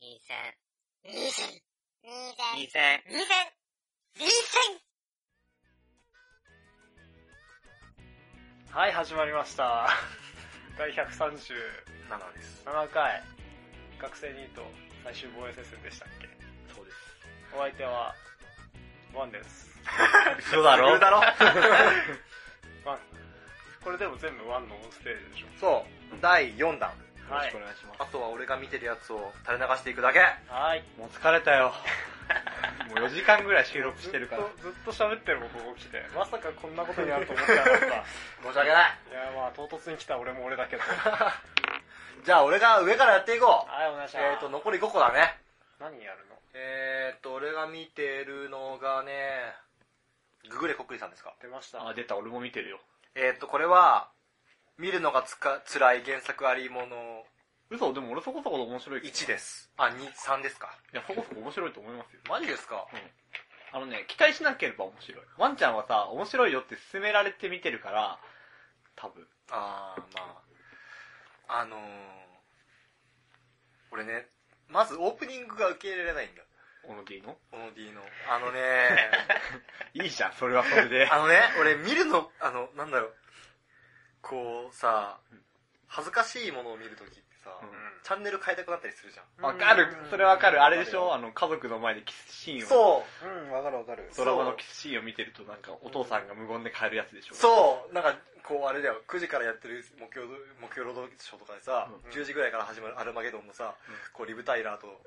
二千。二千。二千。二千。二千。二千。はい、始まりました。 第137 7です。回、学生ニート最終防衛戦線でしたっけそうです。お相手は、ワンです。 嘘だろ嘘だろワン。これでも全部ワンのオンステージでしょ。そう、第4弾。よろしくお願いしあまとは俺が見てるやつを垂れ流していくだけ。はい。す。もう疲れたよ。 もう4時間ぐらい収録してるから。ずっとずっと喋ってるもん、ここ来て。まさかこんなことになると思ってなか った。い申し訳ない。や、まあ、唐突に来た俺も俺だけど。じゃあ俺が上からやっていこう。はい、お願いします。えーと、残り5個だね。何やるのえーと、俺が見てるのがね、ググレコックリさんですか。出ました。あ、出た、俺も見てるよ。えーと、これは、見るのがつか辛い原作ありもの嘘、でも俺そこそこ面白いけど。 1です。あ、2、3ですか。いや、そこそこ面白いと思いますよ。マジですかあのね、期待しなければ面白い。ワンちゃんはさ、面白いよって勧められて見てるから、多分。あー、まあ。あのー、俺ね、まずオープニングが受け入れられないんだ。オノディのオノディの。あの ね、いいじゃん、それはそれで。 あのね、俺見るの、あの、なんだろう。こうさ、恥ずかしいものを見るときってさ、うんチャンネル変えたくなったりするじゃん。うんわかる、それわかる。あれでしょわあの、家族の前でキスシーンを。そう、うん、わかるわかる。ドラマのキスシーンを見てると、なんか、お父さんが無言で帰るやつでしょ。そう、なんか、こうあれだよ、9時からやってる目標、目標労働ショーとかでさ、うん10時ぐらいから始まるアルマゲドンのさ、うんこうリブタイラーと、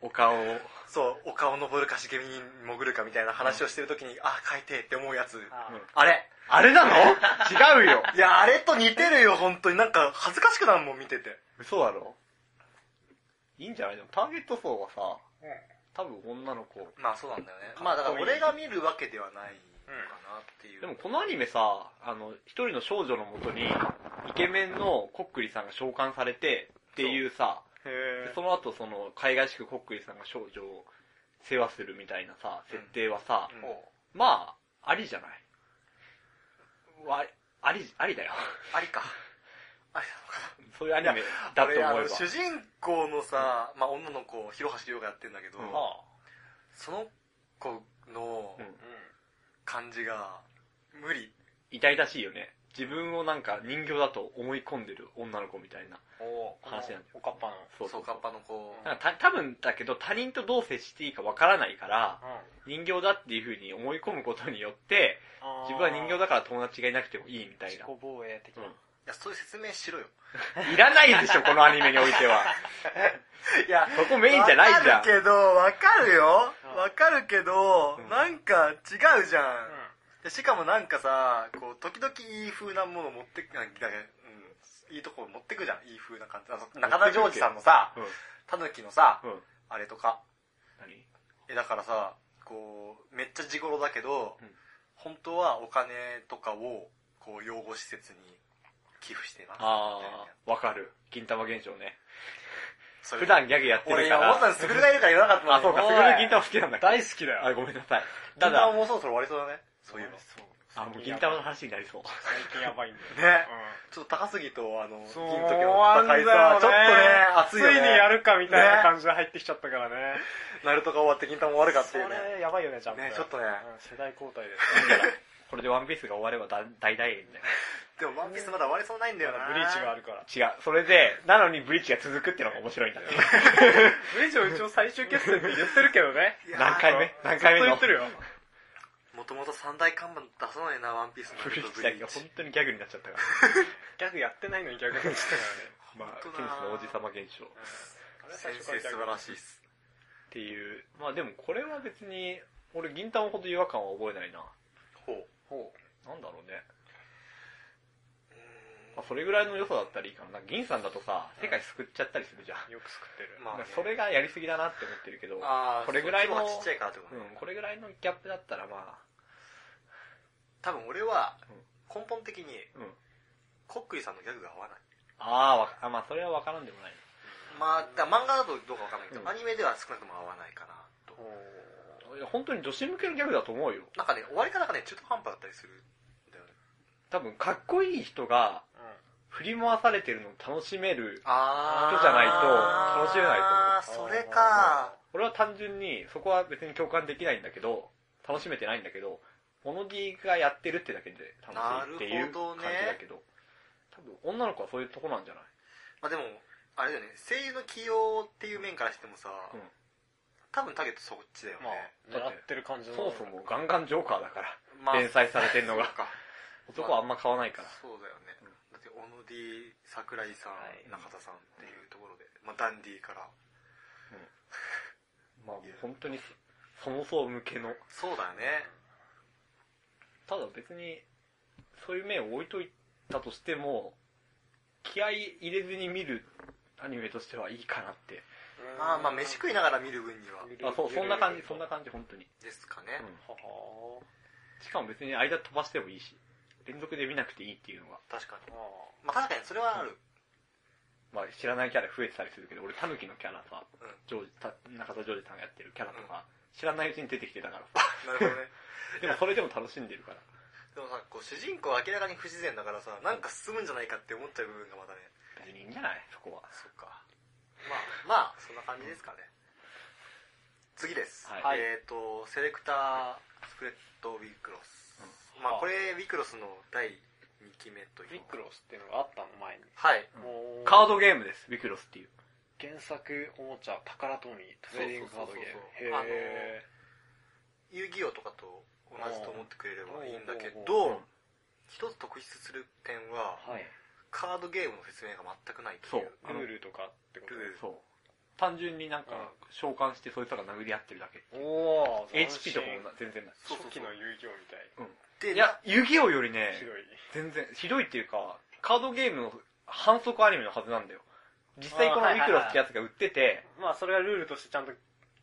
お顔を。そう、丘を登るか茂みに潜るかみたいな話をしてるときに、あ、変えてって思うやつ。あうんあれ。あれなの違うよ。いや、あれと似てるよ、本当に。なんか、恥ずかしくなるもん、見てて。嘘だろいいんじゃないでも、ターゲット層はさ、うん多分女の子。まあそうなんだよね。まあだから俺が見るわけではないのかなっていう。でもこのアニメさ、あの、一人の少女のもとに、イケメンのコックリさんが召喚されて、っていうさ、へでその後その、海外宿コックリさんが少女を世話するみたいなさ、設定はさ、うんまあ、ありじゃないわあり、ありだよ。 ありか。ありそういうアニなメだのと思え俺あば。の主人公のさ、まあ女の子、広橋涼がやってんだけど、うんあその子のうんう感じが、無理。痛々しいよね。自分をなんか人形だと思い込んでる女の子みたいな。ん。お話なんだよおかっぱの。そうそそううかっぱの子。なんかた多分だけど他人とどう接していいかわからないから、う人形だっていう風に思い込むことによって、ん自分は人形だから友達がいなくてもいいみたい自な己。防衛的な。いや、そういう説明しろよ。 いらないでしょ、このアニメにおいては。いや、そこメインじゃないじゃんわか。るけど、わかるよ。うんわかるけどうん、なんか違うじゃうんん。でしかもなんかさこう時々いい風なもの持ってくなんか、うん、いいとこ持ってくじゃんいい風な感じあの中田ジョージさんのさうん。タヌキのさうん。あれとか何えだからさこうめっちゃ地頃だけど、うん本当はお金とかをこう養護施設に寄付してますあー、わかる。金玉現象ね。それ普段ギャグやって俺るか今思ったら。のスグルがいるから言わなかったのあ、そうか、おすいぐる銀玉好きなんだ。大好きだよ。あ、ごめんなさい。た銀だ玉、もうそろそろ終わりそうだねそういうのそう。あ、もう銀玉の話になりそう。最近やばいんだよ。ねうちょっと高杉とあのん。 銀時の戦いさちょっとね熱いよつねいにやるかみたいな感じで入ってきちゃったからね。ナルトが終わって銀玉終わるかってそいうねれやばいよね、ジャンプ。ねちょっとねうん世代交代です。これでワンピースが終わればだ大大炎だよ。でもワンピースまだ終わりそうないんだブよなリーチがあるから。違う。それで、なのにブリッジが続くってのが面白いんだよ。ブリーチを一応最終決戦って言ってるけどね。いやー何回目何回目ずっとの言ってるよ。もともと三大看板出さないな、ワンピースのブことリッジだけが本当にギャグになっちゃったかギら。ャグやってないのにギャグやってたからね。まあ、本当テニだスの王子様現象っあれは先最初か生らギャグ素晴らしいっす。ていう。まあでもこれは別に、俺銀玉ほど違和感は覚えないな。ほう。ほう。なんだろうね。まあそれぐらいの良さだったらいいかな。なんか銀さんだとさ、世界救っちゃったりするじゃん。よく作ってる。まあね、なんかそれがやりすぎだなって思ってるけど、うあーこれぐらいのそう規模がちっちゃいからってことね。ん、これぐらいのギャップだったらま多分俺はうん、根本的に、あ、うん。コックリさんのギャグが合わない。あーわかあ、まあそれはわからんでもない。まあ、だから漫画だとどうかわかんないけうんど、アニメでは少なくとも合わないかな、と。いや本当に女子向けのギャグだと思うよ。なんかね、終わり方がね、中途半端だったりするんだよね。多分、かっこいい人が、うん振り回されてるのを楽しめるあー人じゃないと楽しめないと思あーうそれか俺は単純にそこは別に共感できないんだけど楽しめてないんだけどモノ D がやってるってだけで楽しいっていなるうほど感ねじだけど多分女の子はそういうとこなんじゃないまあでもあれだよね声優の起用っていう面からしてもさ、うん多分ターゲットそっちだよね、まあ、狙ってる感じその。もそもガンガンジョーカーだからまあ連載されてんのがそうか 男はあんま買わないからそうだよね、うんだって小野 D 桜井さん、はい中田さんっていうところで、まあ、ダンディからまあ本当にそもそも向けのそうだよねただ別にそういう面を置いといたとしても気合い入れずに見るアニメとしてはいいかなってうんまあまあ飯食いながら見る分にはあそうそんな感じそんなは感じ本当に、ですかね、うんはしかも別に間飛ばしてもいいし、連続で見なくていいっていうのが、確かにああまあ確かにそれはある、まあ知らないキャラ増えてたりするけど、俺タヌキのキャラさ、うんジョージた中田ジョージさんがやってるキャラとか、知らないうちに出てきてたから さ、なるほどねでもそれでも楽しんでるから。でもさこう主人公は明らかに不自然だからさなんか進むんじゃないかって思っちゃう部分がまたね別にいいんじゃないそこは。そっかまあまあそんな感じですかね次です、はいえっ、とセレクタースプレッドウィークロス、まあこれウィークロスの第2期目というビックロスっていうのがあったの前に。はいもうカードゲームです、ビクロスっていう。原作、おもちゃ、宝トミー、トレーディングカードゲームそうそう。そうそうへ遊戯王とかと同じと思ってくれればいいんだけうどん一つ特筆する点はー。はい。カードゲームの説明が全くないっていうそうあのルールとかってことルールそう。単純になんかうん、召喚してそいつらが殴り合ってるだけ。おー、 HP とかもな全然ない。そうそう初期そうの遊戯王みたい。でいや、遊戯王よりね、ひどい。全然、ひどいっていうか、カードゲームの反則アニメのはずなんだよ。実際このあーウィクロスってやつが売ってて、まあ、それはルールとしてちゃんと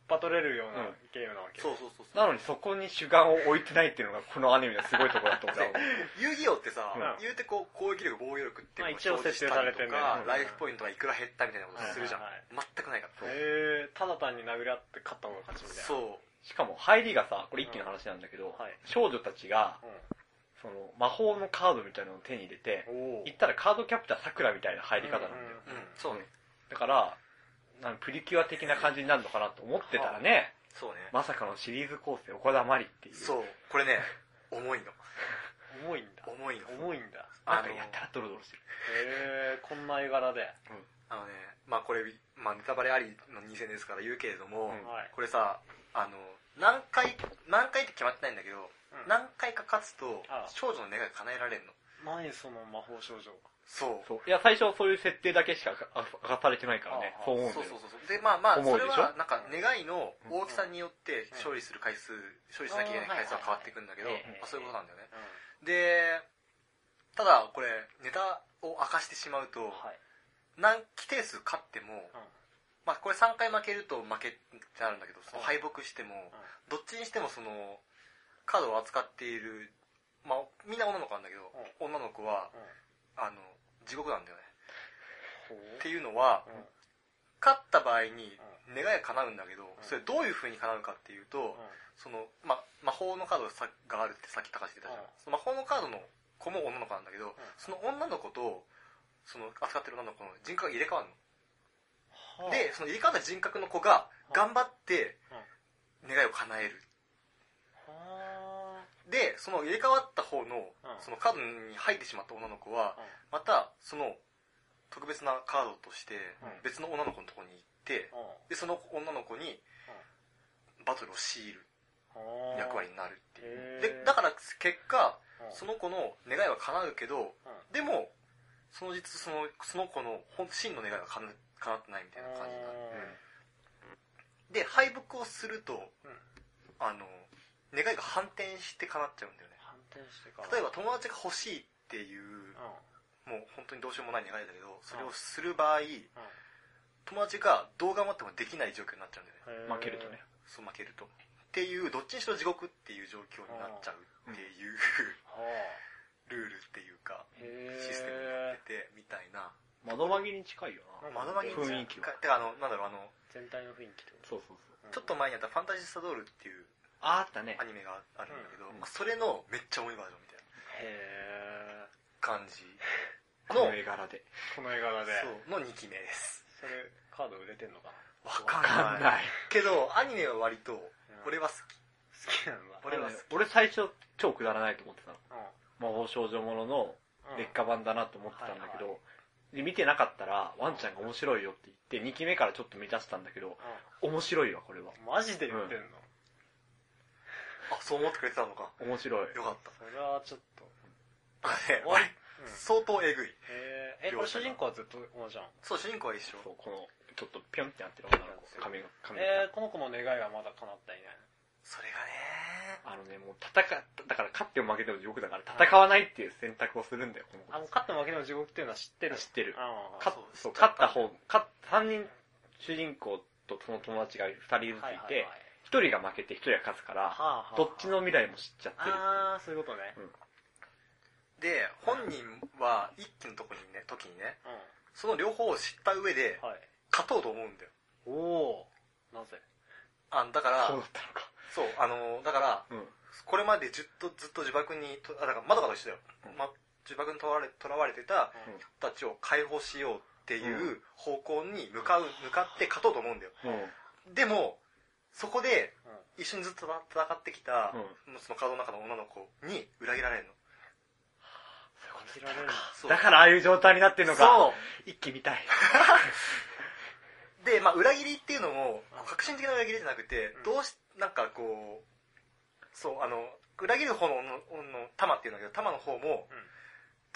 バトれるよううなんゲームなわけ。そうそうそうそうなのにそこに主眼を置いてないっていうのがこのアニメのすごいところだと思う。遊戯王ってさ、うん言うてこう攻撃力防御力ってまあいうの一応設定されてんるだよねライフポイントがいくら減ったみたいなことするじゃはん、いはい全くないからへえ、ただ単に殴り合って勝った方が勝ちみたいな。。そううしかも入りがさ、これ一気の話なんだけど、はい少女たちが、うその魔法のカードみたいなのを手に入れて、ん。おー言ったらカードキャプター桜みたいな入り方なんだよ。うんそうねだから、なんプリキュア的な感じになるのかなと思ってたらね、そうね、まさかのシリーズ構成、岡田まりっていう。そうこれね重いのうん重いんだ。重いの重いんだ。なんかやったらドロドロしてる。へえ、こんな絵柄で。あのねまあこれ、まあ、ネタバレありの2戦ですから言うけれども、うんはい。これさあの何回何回って決まってないんだけど、うん何回か勝つとああ少女の願いが叶えられるの何その魔法少女。そうそう。いや、最初はそういう設定だけしかあ明かされてないからねあ。あそう思うんだそうよ。そうそうそうでまあまあ思そうれでしょはなんか願いの大きさによって勝利する回数勝利しなきゃいけない回数は変わってくんだけど、はいまはいはいあ、そういうことなんだよねうん。でただこれネタを明かしてしまうとはい。何規定数勝っても、うんまあ、これ3回負けると負けってなるんだけどそうんの敗北しても、どっちにしてもそのカードを扱っている、まあ、みんな女の子なんだけど、女の子はうんあの地獄なんだよねほうっていうのは、うん勝った場合に願いが叶うんだけど、それどういう風に叶うかっていうと、うその、ま、魔法のカードさがあるってさっき高橋言ってたじゃんうん、その魔法のカードの子も女の子なんだけど、その女の子とその扱ってる女の子の人格が入れ替わるの、んはあでその入れ替わった人格の子が頑張って願いを叶えるはでその入れ替わった方のうんそのカードに入ってしまった女の子うはんまたその特別なカードとしてうん別の女の子のところに行ってあうんでその女の子にバトルを強いる役割になるっていうでだから結果その子の願いは叶うけどうでもその実そのその子の本真の願いが叶う叶ってないみたいな感じになるで敗北をすると、うんあの願いが反転して叶っちゃうんだよね反転してか例えばば友達が欲しいっていうもう本当にどうしようもない願いだけどそれをする場合友達がどう頑張ってもできない状況になっちゃうんだよね負けるとね。そう負けるとっていうどっちにしろ地獄っていう状況になっちゃうっていう、はルールっていうあかへシステムになっててみたいな窓マギに近いよな。うん窓紛れに雰囲気はてかあのなんだろうあの全体の雰囲気ってこそうそうそとちょっう。と前にあった「ファンタジスタドール」っていうああったねア。ニメがあるんだけど、うまんあそれのめっちゃ重いバージョンみたいなへえ感じ この絵柄で。この絵柄で。そうの2期目ですそれ、カード売れてんのかなわわかんない。けどアニメは割と俺は好好きなんだ。俺は好き俺最初超くだらないと思ってたの。う魔法少女もののん。劣化版だなと思ってたんだけど、はで見てなかったらワンちゃんが面白いよって言って2期目からちょっと満たしたんだけど、面白いわ、これは。うん。マジで言ってんの、きあそう思ってくれてたのか面白い。よかったそれはちょっと。あのねおい俺うん相当えぐいえー、え、これ主人公はずっと同じじゃん。そう主人公は一緒そうこの、ちょっとピョンってなってる女の子、髪が、髪が。えー、この子の願いはまだ叶っていない。それがねあのね、もう戦っ、だから勝っても負けても地獄だから戦わないっていう選択をするんだよ、この子あの、勝って負けの地獄っていうのは知ってる知ってる。ああ、勝そうそう知っ勝ったた方、勝3人主人公とその友達が2人ずついて、1人が負けて1人が勝つから、はあどっちの未来も知っちゃってる。ああ、そういうことね。で本人は一期のとこにね時にねうその両方を知った上でん。はい。勝とうと思うんだよおおーなぜあだからそうだったのか。そうあのだからうん。これまでずっとずっと呪縛にとあだからまだかと一緒だよ、うんま、呪縛にとられとらわれてたうん人たちを解放しようっていうう方向に向かう向かって勝とうと思うんだようん。うん。でもそこでうん。一緒にずっと戦ってきた、そういうそのカードの中の女の子に裏切られるのこと知られるそだからああいう状態になってるのか。そ一気見たい。うで、まあ、裏切りっていうのもうん革新的な裏切りじゃなくて、うんどうしなんかこうそうあの裏切る方ののの玉っていうんだけど玉の方もう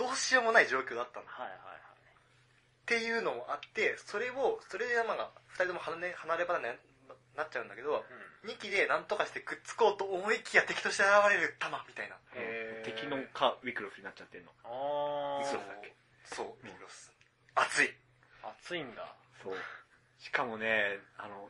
んどうしようもない状況だったのはいはいはい。っていうのもあってそれをそれでまあ2人とも離れ離れ離れになっちゃうんだけどうん。 2期で何とかしてくっつこうと思いきや敵として現れる玉みたいなへー敵のか、ウィクロスになっちゃってるの。あいあ。つだったっけそうミクロス熱い暑いんだ。そう。しかもね、あの、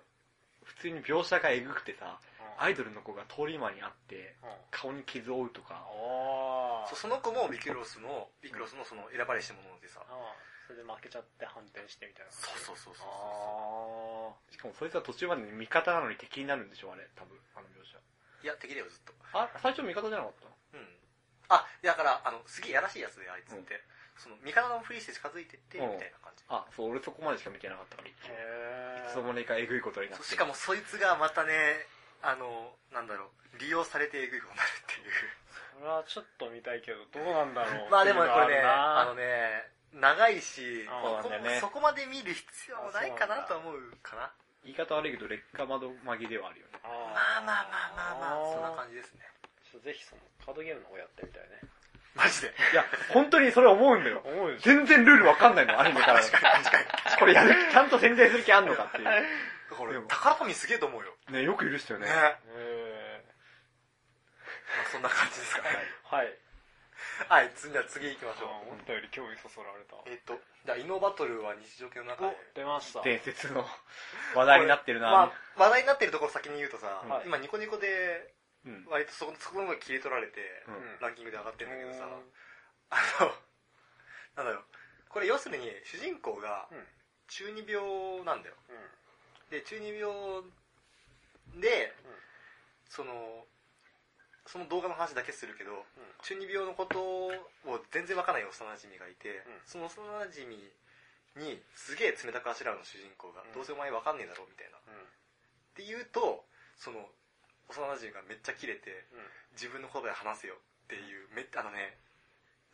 普通に描写がえぐくてさ、アい。イドルの子が通り魔にあって、うん。顔に傷を負うとか、ああ。そうその子もミクロスのミクロスのその選ばれし者でさああ。それで負けちゃって反転してみたいな。そうそうそうそうそうああ。しかもそいつは途中までに味方なのに敵になるんでしょ、あれ、多分、あの描写。いや敵だよずっとあ、最初味方じゃなかっうんあだからあのすげえやらしいやつであいつって、その味方のふりして近づいてってみうんたいな感じたあ、そう、俺そこまでしか見てなかったから、いへえ。つの間にかえぐいことになっそて。うしかもそいつがまたねあのなんだろう利用されてえぐいことになるっていうそれはちょっと見たいけど、どうなんだろう。まあでもねこれね、ああののね。ね、長いし、あそうなんだよねそこまで見る必要もないかなとは思うかな。言い方悪いけど、劣化窓紛れではあるよね。あまーあまあまあまあまあ、そんな感じですね。ちょっとぜひそのカードゲームの方やってみたいね。マジで。いや、本当にそれ思うんだよ。思うでしょ。全然ルールわかんないの、アニメから。これやる気、ちゃんと宣伝する気あんのかっていう。これでも、宝富すげえと思うよ。ね、よく許したよねね。。まあへえ。そんな感じですかね。はい。はい、次じゃあ次行きましょあー思ったより興味そそられた。う。えっと、じゃあ、イノバトルは日常系の中お出で。ました。伝説の話題になってるまなあ。、話題になってるところ先に言うとさ、はい今ニコニコで、うん。割とそこそこの部分切り取られて、うんうんランキングで上がってるんだけどさ、うんあの、なんだろう。これ要するに、主人公がうん、中二病なんだよ。うんで、中二病で、うんその、その動画の話だけするけど、中二病のことを全然わからない幼馴染がいて、うんその幼馴染にすげえ冷たくあしらうの主人公が、うんどうせお前わかんねえだろみたいな。っうんて言うと、その、幼馴染がめっちゃキレて、うん自分の言葉で話せよっていう、めあのね、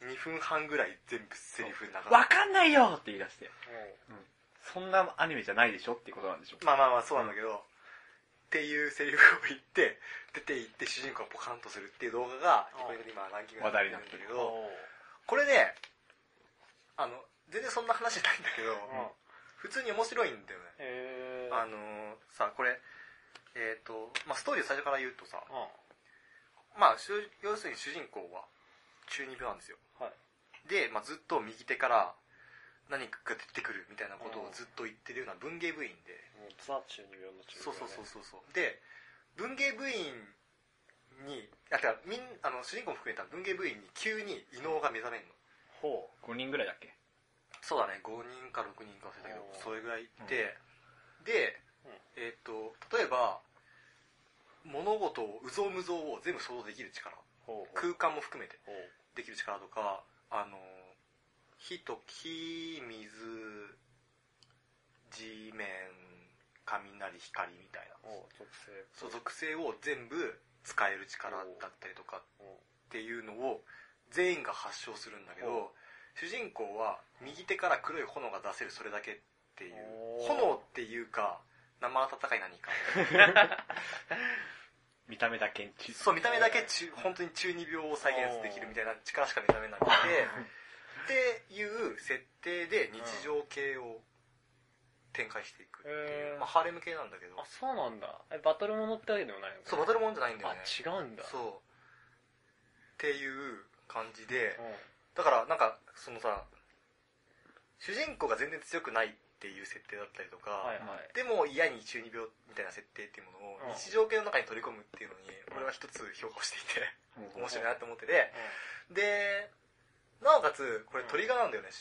2分半ぐらい全部セリフ流す。わかんないよって言い出して。うんそんなアニメじゃないでしょっていうことなんでしょ。まあまあまあそうなんだけど、っていうセリフを言って、出て行って主人公がポカンとするっていう動画が、ニコニコで今ランキングになってるんだけおど、これね、あの、全然そんな話じゃないんだけど、ーうん普通に面白いんだよね。へーあのーさ、これ、えっ、と、まあストーリーを最初から言うとさ、うんまあ主要するに主人公は中二病なんですよ。はいで、まあずっと右手から何かが出てくるみたいなことをずっと言ってるような文芸部員で、もうザ中二病の中二病ねそうそうそうそうそうで文芸部員にあてかみんあの主人公も含めた文芸部員に急に異能が目覚めるのほ5人ぐらいだっけそうだね5人か6人か忘れたけどおーそれぐらいいて、でうん、えっと例えば物事をうぞうむぞうを全部想像できる力うほうほう空間も含めてほうできる力とかあの火と木、水、地面、雷、光みたいな。お属性。そう属性を全部使える力だったりとかっていうのを全員が発症するんだけど主人公は右手から黒い炎が出せるそれだけっていうおー炎っていうか生温かい何か見た目だけにちそう見た目だけ中本当に中二病を再現できるみたいな力しか見た目なくてっていう設定で日常系を展開していくっていへーう、まあ、ハーレム系なんだけどあ、そうなんだ。え、バトルものってわけでもないのそうバトルもんじゃないんだあよね、違うんだ。そうっていう感じでうん。だからなんかそのさ主人公が全然強くないっていう設定だったりとか、はいはい。でも嫌に中二病みたいな設定っていうものうんを日常系の中に取り込むっていうのにうん俺は一つ評価をしていて面面白いなって思っててでなおかつこれトリガーなんだよね、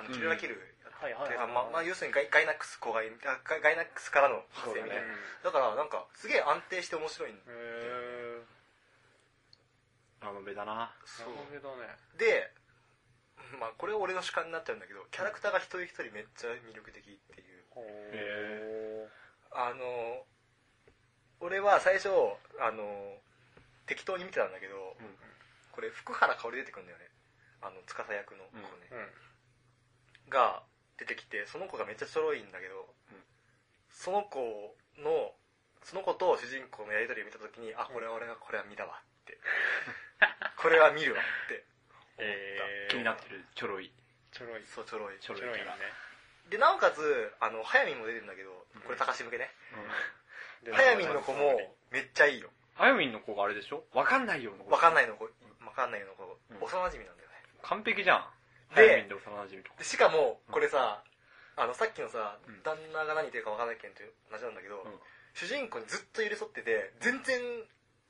あのうんキルラキル、はいはいてはかい。ままあ、要するにガイガイナックス公害あガイガイナックスからの発生みたいなだ,、からなんかすげえ安定して面白いへんえ。ラノベだな。そなるほどね。で、まあ、これ俺の主観になっちゃうんだけどキャラクターが一人一人めっちゃ魅力的っていうほへあの俺は最初あの適当に見てたんだけど、うんこれ福原香織出てくるんだよねあの司役の子ね、うん。が出てきてその子がめっちゃちょろいんだけど、うんその子のその子と主人公のやり取りを見た時にあこれは俺はこれは見たわって これは見るわってえー気になってる、ちょろい。ちょろい。そうちょろいちょろいちょろいね。でなおかつあの早見も出てるんだけどこれ高橋向けねで早見の子もめっちゃいいよあやみんの子があれでしょわかんないような子。わかんないの子わかんないの子うん幼馴染なんだよね完璧じゃん。あでやみんで幼馴染とかで。しかもこれさあのさっきのさうん旦那が何言ってるかわかんないけんという同じなんだけどうん主人公にずっと寄り添ってて全然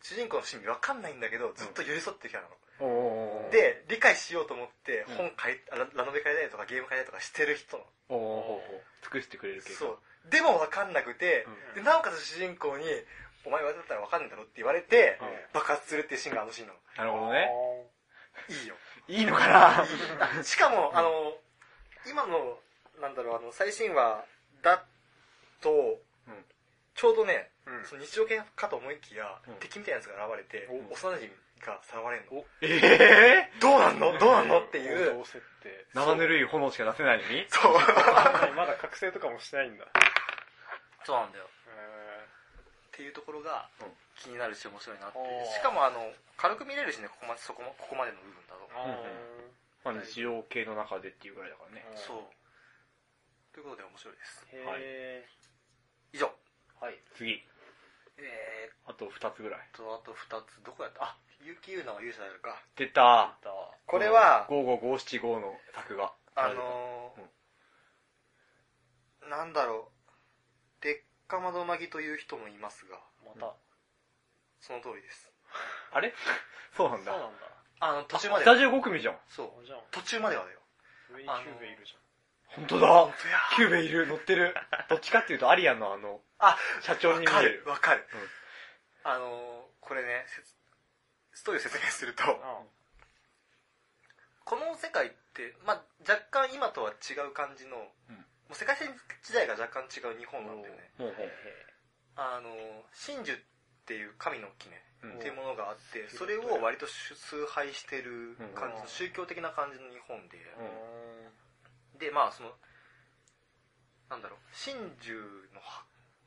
主人公の趣味わかんないんだけどずっと寄り添ってるキャラなのおおーで理解しようと思ってうん本変えあララノベ変えたりとかゲーム変えたりとかしてる人なのおお尽くしてくれる系かそうでもわかんなくてうんでなおかつ主人公に「お前はだったらわかんないだろ」って言われてうん爆発するっていうシーンがあのシーンなのなるほどね。いいよいいのかな しかも、あの、今の、なんだろう、あの、最新話だと、うんちょうどね、うん。 その日常系かと思いきや、うん敵みたいなやつが現れて、うん幼馴染がさらわれるの。ええどうなんのどうなんのっていう。設定。ー生ぬるい炎しか出せないのにそう。まだ覚醒とかもしないんだ。 そうなんだよ。へっていうところがうん気になるし面白いなっていうおーしかも、あの、軽く見れるしね、ここまで、そこも、ここまでの部分だとー。あまあ日常系の中でっていうぐらいだからね。ーそう。ということで面白いです。へえ。以上。はい。次。えーっあと2つぐらい。と、あと2つ、どこやったあ、結城優奈は勇者やるか。出た。これは、 55575の作画。あのーなんだろう、劣化窓マギという人もいますが、また。その通りです。あれ そうなんそうなだ。んだ。あの、途中まスでタジオ5組じゃん。そう、あじゃあ、途中まではだよ。上にキューブいるじ本当だ本。当や。キューベいる、乗って る。どっちかっていうと、アリアのあの、あ、社長に見わかえるる、。わかる。うんあのーこれね、せつストーリーを説明すると、ゃん。この世界って、まあ、若干今とは違う感じの、うんもう世界線時代が若干違う日本なんだよね。もうへあの真珠っていう神の木ね、うんっていうものがあってそれを割と崇拝してる感じうのん宗教的な感じの日本で、うんでまあそのなんだろう真珠のは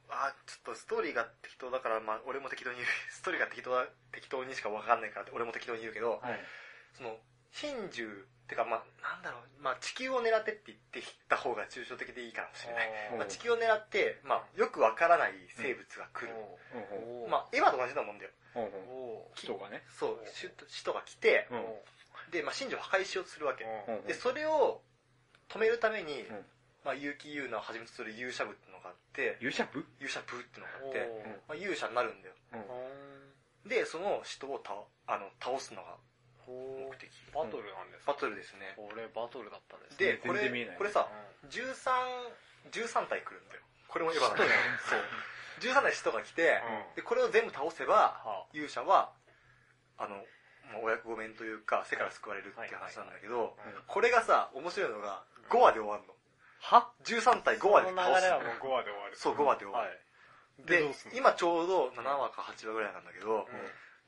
あちょっとストーリーが適当だから、まあ、俺も適当に言う ストーリーが適当だ適当にしか分かんないからって俺も適当に言うけど、はい。その真珠ってかまあなんだろう、まあ、地球を狙ってって言ってた方が抽象的でいいかもしれない、うんまあ、地球を狙って、まあ、よく分からない生物が来る、うんうんまあ、エヴァと同じなもんだよ。うんうん人がね。そうお、首都首都が来て、うん。で、まあ、真珠を破壊しようとするわけ。うんうんで、それを止めるために、んまあ、結城優奈をはじめとする勇者部ってのがあって、勇者部勇者部ってのがあおって、まあ、勇者になるんだよ。で、その人を倒あの倒すのが目的。バトルなんですバトルですね。これバトルだったんですで、全然これ見えない、これさ、13、13体来るんだよ。これもエヴァなんだよ。そう。13体使徒が来て、うで、これを全部倒せば、は勇者は、あの、まあ、お役御免というか世から救われるっていう話なんだけど、はいこれがさ面白いのが5話で終わるのは13対5話でその倒流すれはもう5話で終わる。そう5話で終わる、ででどうすんの今ちょうど7話か8話ぐらいなんだけうんど、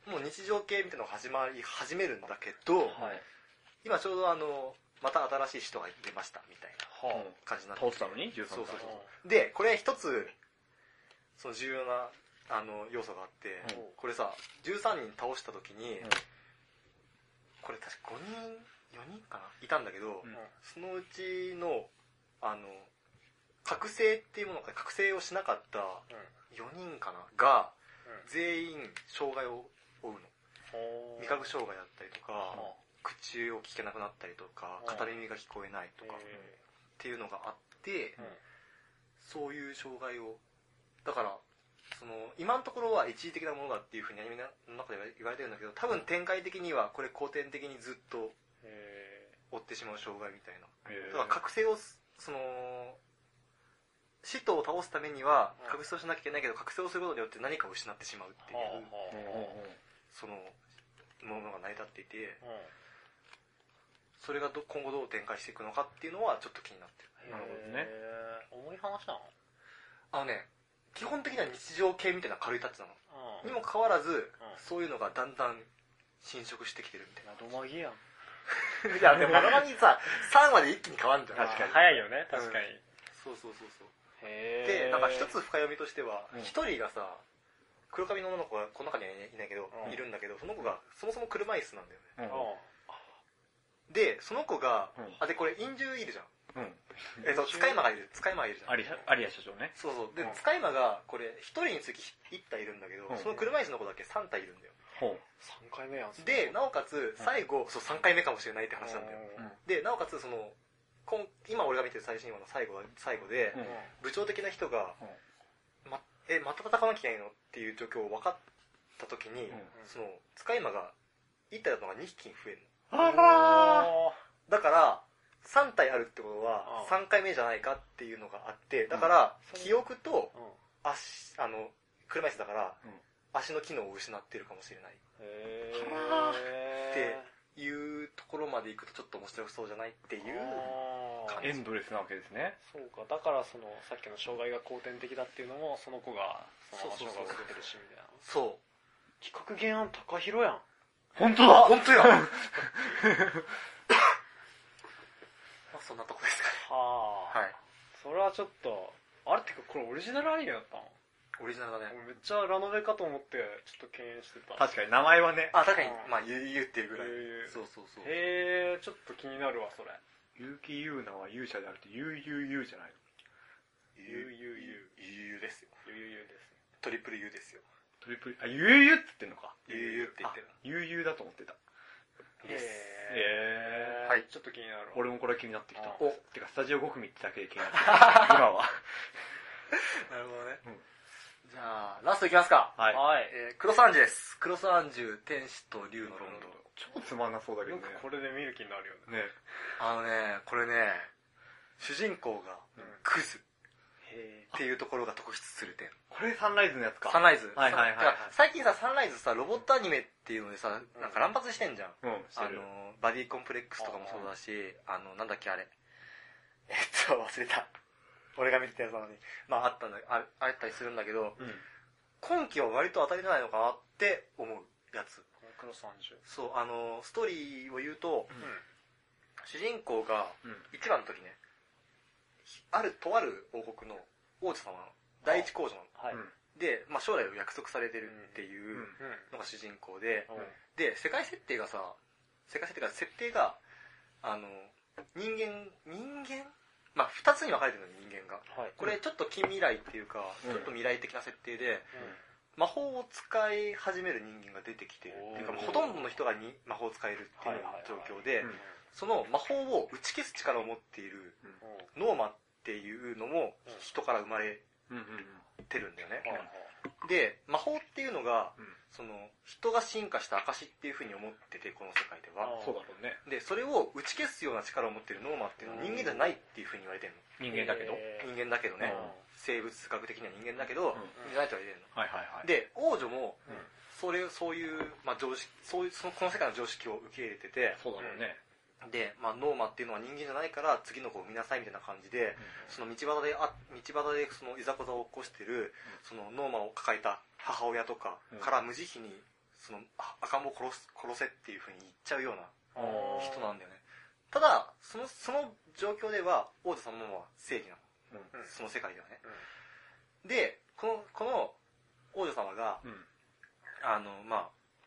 もう日常系みたいなのが始まり始めるんだけど、はい。今ちょうどあのまた新しい人が出ましたみたいなは感じになあ、っ倒てしたのに13体。そうそううんそでこれ一つその重要なあの要素があって、うんこれさ13人倒した時に、うんこれ確か5人4人かないたんだけど、うんそのうちのあの覚醒っていうものか覚醒をしなかったうん4人かながうん全員障害を負うのほー味覚障害だったりとか、は口を聞けなくなったりとかうん片耳が聞こえないとか、っえていうのがあって、ーうんそういう障害をだからその今のところは一時的なものだっていうふうにアニメの中では言われてるんだけど多分展開的にはこれ後天的にずっとえ追ってしまう障害みたいなあへえだから覚醒をすその使徒を倒すためにはうん覚醒をしなきゃいけないけど覚醒をすることによって何かを失ってしまうっーていはううあんうんはそのものが成り立っていてあうんそれがど今後どう展開していくのかっていうのはちょっと気になってるなるほどねへー重い話なのあのね基本的には日常系みたいな軽いタッチなのうにんもかかわらず、そういうのがだんだん侵食してきてるみたいなどまぎやん な。いや、でも、まにさ、3話で一気に変わるんじゃん。確かに早いよね確かにそうそうそうそう。へーで、なんか一つ深読みとしてはうん、一人がさ、黒髪の女の子がこの中にはいないけどう、んいるんだけど、その子がそもそも車椅子なんだよね。うんで、その子がうん、あ、で、これ、陰獣いるじゃん。うん。えっと、使い魔がいる、使い魔がいるじゃん。アリア、アリア社長ね。そうそう。でうん、使い魔が、これ、一人につき1体いるんだけどうん、その車椅子の子だけ3体いるんだよ。ほう。 3回目やんで、なおかつ、最後、そう、3回目かもしれないって話なんだよ。うんでなおかつその今今俺が見てる最新話の最後は最後で、うんうん部長的な人が、ま、えまた戦わなきゃいけないのっていう状況を分かった時に、うんその使い魔が1体だったのが2匹に増えるのあおーだから3体あるってことはあ3回目じゃないかっていうのがあってだからうん記憶とうん足あの車椅子だから、うん足の機能を失ってるかもしれないへはえいうところまでいくとちょっと面白そうじゃないっていう感エンドレスなわけですね。そうかだからそのさっきの障害が後天的だっていうのもその子がそのままそうそう障そ害うを受けてるしみたいなそう企画原案高広やん本当だ本当や まあそんなとこですかはあ、ね。はい。それはちょっとあれってかこれオリジナルアニメだったのオリジナルだね。俺めっちゃラノベかと思ってちょっと敬遠してた確かに名前はね。あ、確かう、にんまあ言う言うっていうぐらい言う言う。そうそうそう。へえちょっと気になるわそれ結城優奈は勇者であるって、ゆうゆうゆうじゃないの。言ゆうゆうゆう言う言うですよ。ゆうゆうゆうですトリプル言うですよ。トリプル、あ、ゆうゆうって言ってんのか。言う言うって言ってる。ゆうゆうだと思ってた。でへすへえはいちょっと気になるわ俺もこれ気になってきた。お、てか、スタジオ5組ってだけで気になってきた。今は。なるほどねうん。じゃあ、ラストいきますか。はい。はいえー、クロサンジです。クロサンジュ、天使と竜のロンドン。超つまんなそうだけなどんねか。これで見る気になるよねね。あのね、これね、主人公がうんクズへっていうところが特筆する点。これサンライズのやつか。サンライズ。はいはいはいはいだから最近さ、サンライズさ、ロボットアニメっていうのでさ、なんか乱発してんじゃん。うん、してあのる。、バディコンプレックスとかもそうだし、あの、なんだっけあれ。 えっと、忘れた。俺が見てたやつなのに。まあ、あったんだ、ああったりするんだけど、うん。今期は割と当たりじゃないのかなって思うやつ。え黒三十そう、あの、ストーリーを言うと、うん主人公がうん。一番の時ね、ある、とある王国の王子様なの。第一皇女なの。はいうんで、まあ、将来を約束されてるっていうううんんのが主人公で、うんで、世界設定がさ、世界設定が、設定が、あの、人間、人間まあ、二つに分かれてるの、人間が。はいこれ、ちょっと近未来っていうか、うんちょっと未来的な設定で、う魔法を使い始める人間が出てきてるっていうか、おーまあほとんどの人がに魔法を使えるっていう状況ではいはいはいうん、その魔法を打ち消す力を持っているんうんノーマっていうのも人から生まれうんうんうん。てるんだよね。はいで、魔法っていうのが、うんその、人が進化した証っていうふうに思ってて、この世界では。そうだろうね。で、それを打ち消すような力を持ってるノーマっていうのは人間じゃないっていうふうに言われてる人間だけど。はいえの。人間だけどねうん。生物学的には人間だけど、うん人間じゃないとは言われてるの。はいはい。で、王女もうん、それ、そういう、まあ、常識、そういう、その、この世界の常識を受け入れてて、そうだろうね。で、まあ、ノーマっていうのは人間じゃないから、次の子を産みなさいみたいな感じで、その道端で、あ、道端でそのいざこざを起こしてる、そのノーマを抱えた母親とかうんから無慈悲に、そのあ赤ん坊を殺す殺せっていうふうに言っちゃうようなうんあー人なんだよね。ただ、その、その状況では、王女様は正義なの。うんその世界ではね。うんで、この、この王女様が、うん。あの、まあ、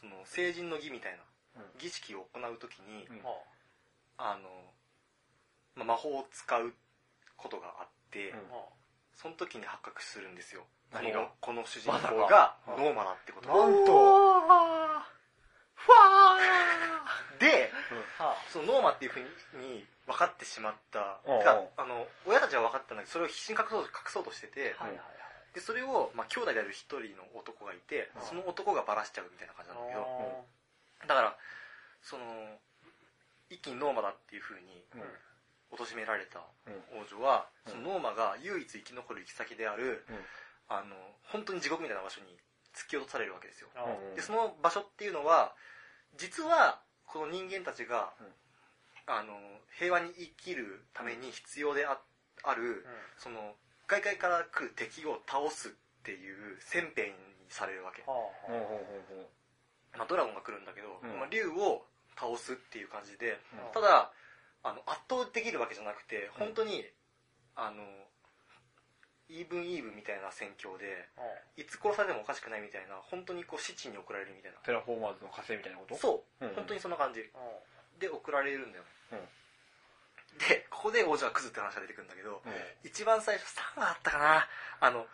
その成人の儀みたいなうん儀式を行うときに、うんはあの、まあ、魔法を使うことがあって、うんあはその時に発覚するんですよ。何がこのこの主人公まさがかノーマだってことな。んとふわーで、あはあそのノーマっていうふうに分かってしまった。うんうんてかあの、親たちは分かったんだけど、それを必死に隠そう隠そうとしてて、はいはいはいで、それを、まあ、兄弟である一人の男がいてうん、その男がバラしちゃうみたいな感じあなんだけど、ーだから、その、一気にノーマだっていう風にうん貶められたうん王女は、うんそのノーマが唯一生き残る行き先である、うんあの、本当に地獄みたいな場所に突き落とされるわけですよ。あーうんで、その場所っていうのは、実は、この人間たちが、うんあの、平和に生きるために必要でああうんる、その、外界から来る敵を倒すっていう先兵にされるわけ。はあうはんうあんうんうんまあ、ドラゴンが来るんだけど、うんまあ、竜を倒すっていう感じで、うんただあの圧倒できるわけじゃなくてうん本当に、あのイーブンイーブンみたいな戦況ではあいつ殺されてもおかしくないみたいな本当にこう死地に送られるみたいなテラフォーマーズの火星みたいなことそう、うんうん本当にそんな感じうで送られるんだよ、うんでここで王女はクズって話が出てくるんだけどうん。一番最初3話あったかなあの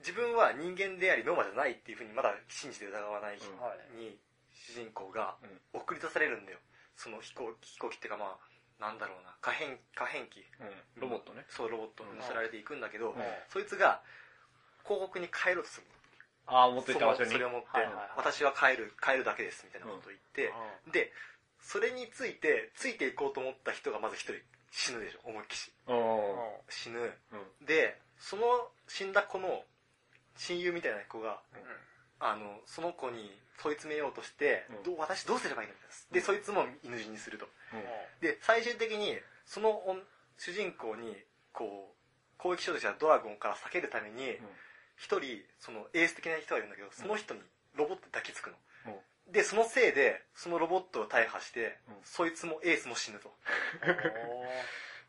自分は人間でありノーマじゃないっていうふうにまだ信じて疑わない人うんんはいに主人公が送り出されるんだよその飛行飛行機っていうかまあなんだろうな可変可変機うん。ロボットね。そうロボットに乗せられていくんだけど、うんそいつが広告に帰ろうとするああ、持っていた場そ所に。のそれを持って、はいはいはい私は帰る帰るだけですみたいなことを言って、でそれについてついていこうと思った人がまず一人死ぬでしょ思いっきりうんうんうん死ぬうん。でその死んだ子の親友みたいな子があのその子に問い詰めようとして、うんどう私どうすればいいのみたいなで、うんそいつも犬死にするとうんで、最終的に、その女主人公に、こう、攻撃しようとしたドラゴンから避けるために、一人、そのエース的な人がいるんだけど、その人にロボットで抱きつくの。で、そのせいで、そのロボットを大破して、うんそいつもエースも死ぬと。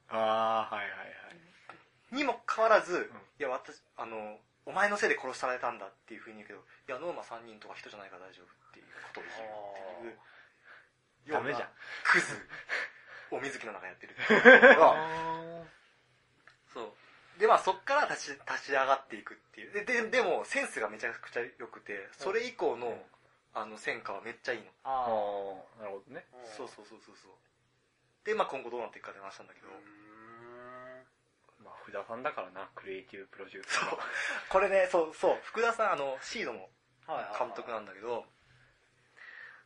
ああ、はいはいにもかかわらず、いんや、私、あの、お前のせいで殺されたんだっていうふうに言うけど、いや、ノーマ3人とか人じゃないから大丈夫っていうことを言うっていう。はい。ダメじゃん。。クズ。お水着の中やって るっていうのが。そう。で、まあそっから立ち、立ち上がっていくっていう。で、で、でもセンスがめちゃくちゃ良くて、それ以降の、うんあの、戦果はめっちゃいいの。あああ、なるほどね。ーそうそうそうそうそう。で、まあ今後どうなっていくかって話したんだけど、うんまあ、福田さんだからな、クリエイティブプロデューサそーうは。。これね、そうそう、福田さん、あの、シードのはいはいはい監督なんだけど、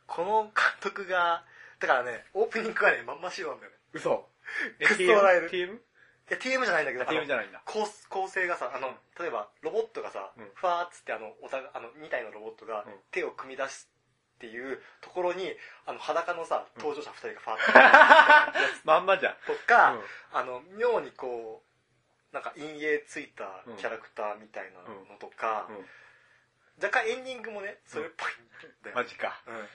この監督が、だからね、オープニングがね、まんまシードなんだよね。 嘘。クソ笑える TM? いや、TM じゃないんだけど、 TM じゃないんだ。構構成がさあの例えばロボットがさ、うんふわーっつってあのおたあの2体のロボットがうん手を組み出すっていうところにあの裸のさ登場者2人がファーってまんまじゃん。とか、あの妙にこうなんか陰影ついたキャラクターみたいなのとか、うんうん若干エンディングもねそれっぽいんだよマね、ジか。うんっ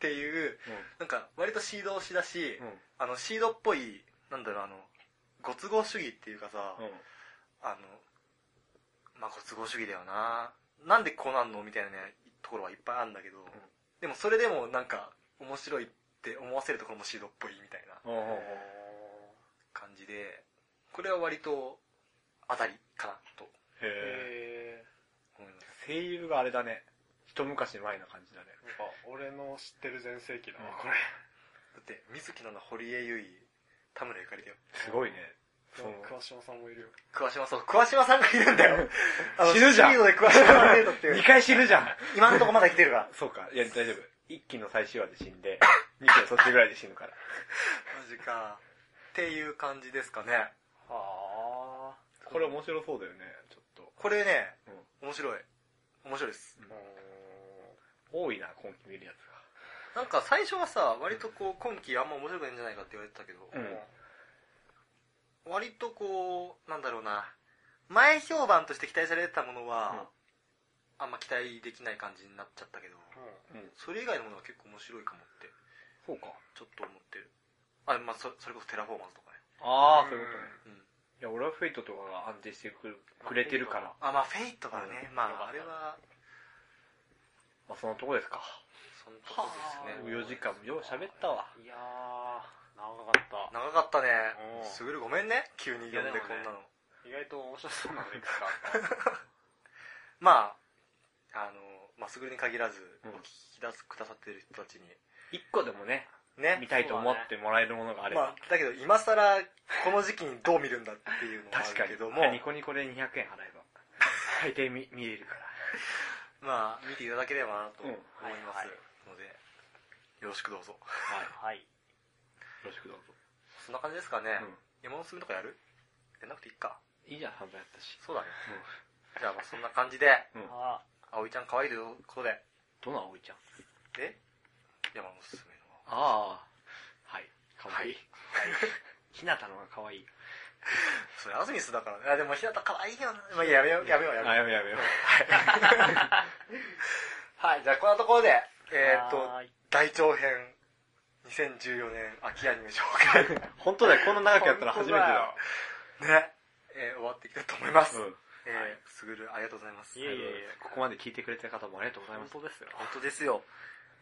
ていうなんか割とシード推しだし、うん。あのシードっぽいなんだろうあのご都合主義っていうかさ、うん。あの、まあ、ご都合主義だよな。なんでこうなんのみたいなね、ところはいっぱいあるんだけど、でもそれでもなんか、面白いって思わせるところもシードっぽいみたいなうん。うん。感じで、これは割と、当たりかな、とへえ。へ思います。声優があれだね。一昔前な感じだね。ーなんか俺の知ってる全盛期だわうんこれだって、水木奈々、堀江優衣、田村ゆかりだよ。すごいね。そう川島さんもいるよ。桑島そう桑島さんがいるんだ よあの死ぬじゃんシードで桑島さんがいるのってい 2う回死ぬじゃん今のところまだ生きてるからそうか、いや、大丈夫。一期の最終話で死ん で、二期の途中ぐらいで死ぬから。マジかっていう感じですかねはあ。これ面白そうだよね、ちょっと。これね面白い面白いです多いな、今期見るやなんか最初はさ割とこう今季あんま面白くないんじゃないかって言われてたけど、つが。うん。割とこうなんだろうな前評判として期待されてたものは、あんま期待できない感じになっちゃったけどそれ以外のものは結構面白いかもってそうか。ちょっと思ってるあまあそそれこそテラフォーマーズとかねああ、ーそういうことね。うんいや、俺はフェイトとかが安定してくるくれてるから、あまあフェイトはね、うまよかっあたあれはまあ、そのとこですか。そのとこですねはあ4時間、よう喋ったわ。いやー、長かった。長かったねうんすぐるごめんね急に呼んいやででもこんねなの、意外と面白そうなのいくつかあった。まああのまあすぐるに限らずうおん聞き出すくださってる人たちに一個でもね、ね見たいと思ってもらえるものがあれま。ばあ、だけど今さらこの時期にどう見るんだっていうのは 確あかるけに。いどもやニコニコで200円払えば、 大抵見見れるから。まあ見ていただければなとうん思いますはいはいので、よろしくどうぞはい。 よろしくどうぞ。そんな感じですかね、うん山のすぐとかやるやんなくていいかいいじゃん、半分やったし。そうだねうんじゃあまあそんな感じでうんあ葵ちゃん可愛いということでどの葵ちゃんで山のおすすめのああ。はい。かわいい。はい ひなたのがかわいい。それアズミスだからねあでも日向可愛いよな、まあ、やめようやめようやめようやめようやめよはいじゃあこんなところでえーっとはーい大長編2014年秋アニメ紹介ねう。本当だよ、こんな長くやったら初めてだわ。えー終わっていきたいと思います、うん。えー、すぐるありがとうございます。いえいえいえここまで聞いてくれた方もありがとうございます。本当ですよ。本当ですよ。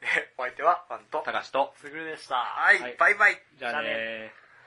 えー、お相手は、パンと。高橋と。すぐるでした。はい、バイバイ。じゃあじゃあねー。